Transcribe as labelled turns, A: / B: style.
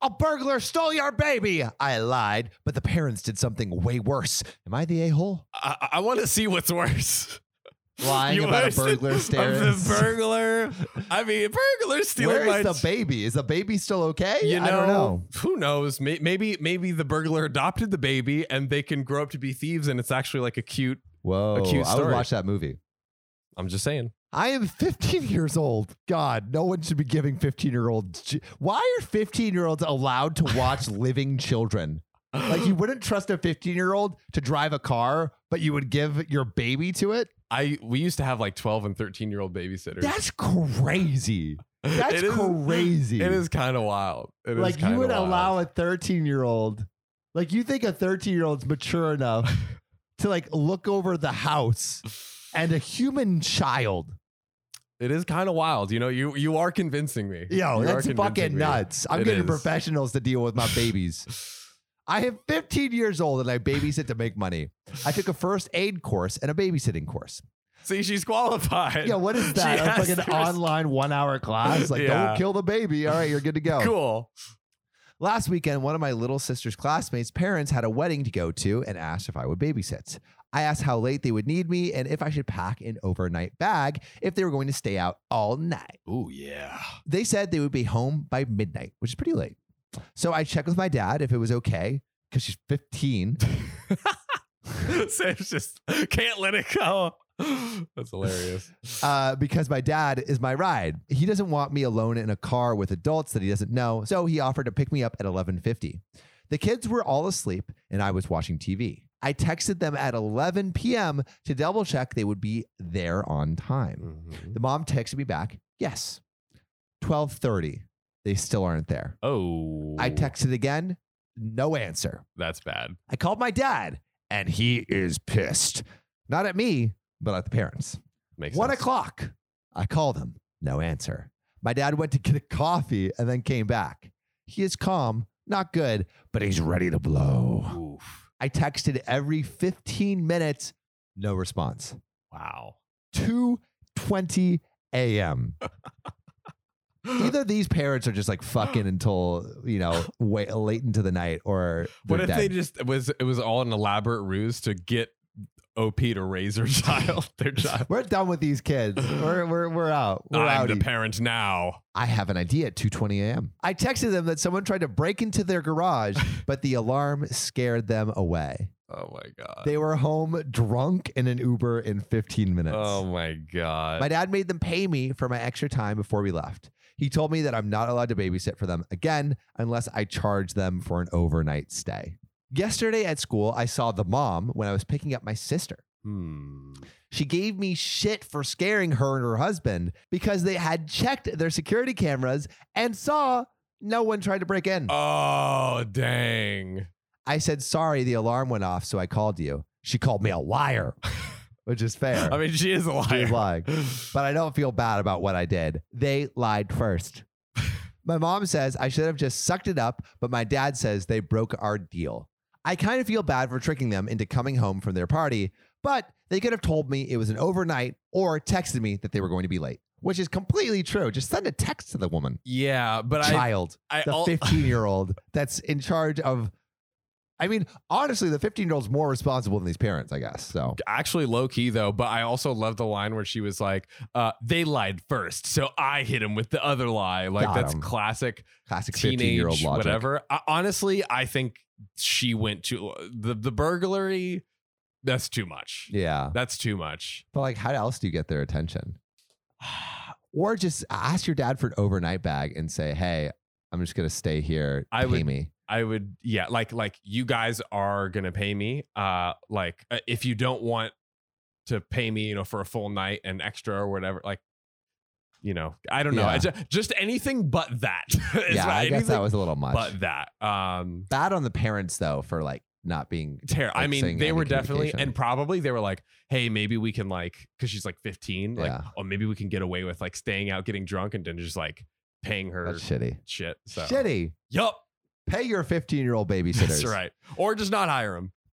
A: A burglar stole your baby. I lied, but the parents did something way worse. Am I the a hole?
B: I, I want to see what's worse.
A: Lying about a
B: worse
A: burglar
B: of
A: stairs.
B: The burglar. I mean, burglar stealing
A: Where
B: my.
A: is the baby? Is the baby still okay?
B: you know,
A: I don't know.
B: who knows? May- Maybe, maybe the burglar adopted the baby, and they can grow up to be thieves, and it's actually like a cute.
A: Whoa,
B: A cute
A: I would
B: story.
A: watch that movie.
B: I'm just saying.
A: I am 15 years old. God, no one should be giving 15 year olds. ch- Why are 15 year olds allowed to watch living children? Like, you wouldn't trust a 15 year old to drive a car, but you would give your baby to it?
B: I we used to have like 12 and 13 year old babysitters.
A: That's crazy. That's
B: It is-
A: crazy.
B: It is kind of wild. It is
A: like, you
B: kinda
A: would
B: wild.
A: allow a 13 year old, like, you think a 13 year old's mature enough to, like, look over the house and a human child.
B: It is kind of wild. You know, you you are convincing me.
A: Yo,
B: You are
A: that's
B: convincing
A: fucking
B: me.
A: nuts. I'm
B: It
A: getting
B: is.
A: professionals to deal with my babies. I am 15 years old and I babysit to make money. I took a first aid course and a babysitting course.
B: See, she's qualified.
A: Yeah, what is
B: She
A: that?
B: has
A: That's like an
B: the res-
A: online one hour class. Like,
B: Yeah.
A: don't kill the baby. All right, you're good to go.
B: Cool.
A: Last weekend, one of my little sister's classmates' parents had a wedding to go to and asked if I would babysit. I asked how late they would need me and if I should pack an overnight bag if they were going to stay out all night.
B: Oh yeah.
A: they said they would be home by midnight, which is pretty late. So I checked with my dad if it was okay because she's 15.
B: Sam's just can't let it go. That's hilarious.
A: Uh, because my dad is my ride. He doesn't want me alone in a car with adults that he doesn't know, so he offered to pick me up at 11:50. The kids were all asleep and I was watching TV. I texted them at 11 p.m. to double check they would be there on time.
B: Mhm.
A: The mom texted me back, "Yes." 12:30. They still aren't there.
B: Oh,
A: I texted again, no answer.
B: That's bad.
A: I called my dad, and he is pissed. Not at me, but at the parents.
B: Makes
A: One
B: sense.
A: o'clock. I called him. No answer. My dad went to get a coffee and then came back. He is calm, not good, but he's ready to blow.
B: Oof.
A: I texted every 15 minutes, no response.
B: Wow.
A: 2:20 a.m. Either these parents are just like fucking until, you know, way, late into the night or
B: What
A: they're
B: if they
A: dead.
B: just it was it was all an elaborate ruse to get OP to raise her child, their child.
A: We're done with these kids. We're we're we're out. We're
B: I'm
A: out.
B: the parent now.
A: I have an idea at 2:20 a.m. I texted them that someone tried to break into their garage, but the alarm scared them away.
B: Oh my god.
A: They were home drunk in an Uber in 15 minutes.
B: Oh my god.
A: My dad made them pay me for my extra time before we left. He told me that I'm not allowed to babysit for them again unless I charge them for an overnight stay. Yesterday at school, I saw the mom when I was picking up my sister.
B: hmm.
A: She gave me shit for scaring her and her husband because they had checked their security cameras and saw no one tried to break in.
B: Oh dang.
A: I said, sorry, the alarm went off, so I called you. She called me a liar, which is fair.
B: I mean, she is a
A: She was
B: liar.
A: lying. But I don't feel bad about what I did. They lied first. my mom says I should have just sucked it up, but my dad says they broke our deal. I kind of feel bad for tricking them into coming home from their party, but they could have told me it was an overnight or texted me that they were going to be late, which is completely true. Just send a text to the woman,
B: Yeah, but I,
A: child,
B: I
A: the
B: al-
A: 15 year old that's in charge of. I mean, honestly, the 15 year old's more responsible than these parents, I guess. So
B: actually low key though. But I also love the line where she was like, uh, "They lied first, so I hit him with the other lie." Like
A: Got
B: that's
A: him.
B: classic
A: classic 15 year old
B: teenage
A: logic.
B: whatever. I, honestly, I think she went to the the burglary. That's too much.
A: Yeah.
B: That's too much.
A: But like, how else do you get their attention? Or just ask your dad for an overnight bag and say, "Hey, I'm just gonna stay here.
B: I
A: Pay
B: would-
A: me."
B: I would yeah, like like you guys are going to pay me uh like uh, if you don't want to pay me, you know, for a full night and extra or whatever like you know, I don't know.
A: Yeah.
B: I ju- just, anything but that. It's
A: yeah,
B: not
A: I guess
B: anything
A: that was a little much.
B: but that. Um
A: Bad on the parents though for like not being.
B: Tara, I
A: Like
B: mean,
A: saying
B: they
A: any
B: were definitely
A: communication.
B: and probably they were like, "Hey, maybe we can like, because she's like 15, like,
A: Yeah.
B: oh, maybe we can get away with like staying out, getting drunk, and then just like paying her
A: That's shitty.
B: shit." So,
A: Shitty.
B: yup,
A: Pay your 15 year old babysitters.
B: that's right. Or just not hire him.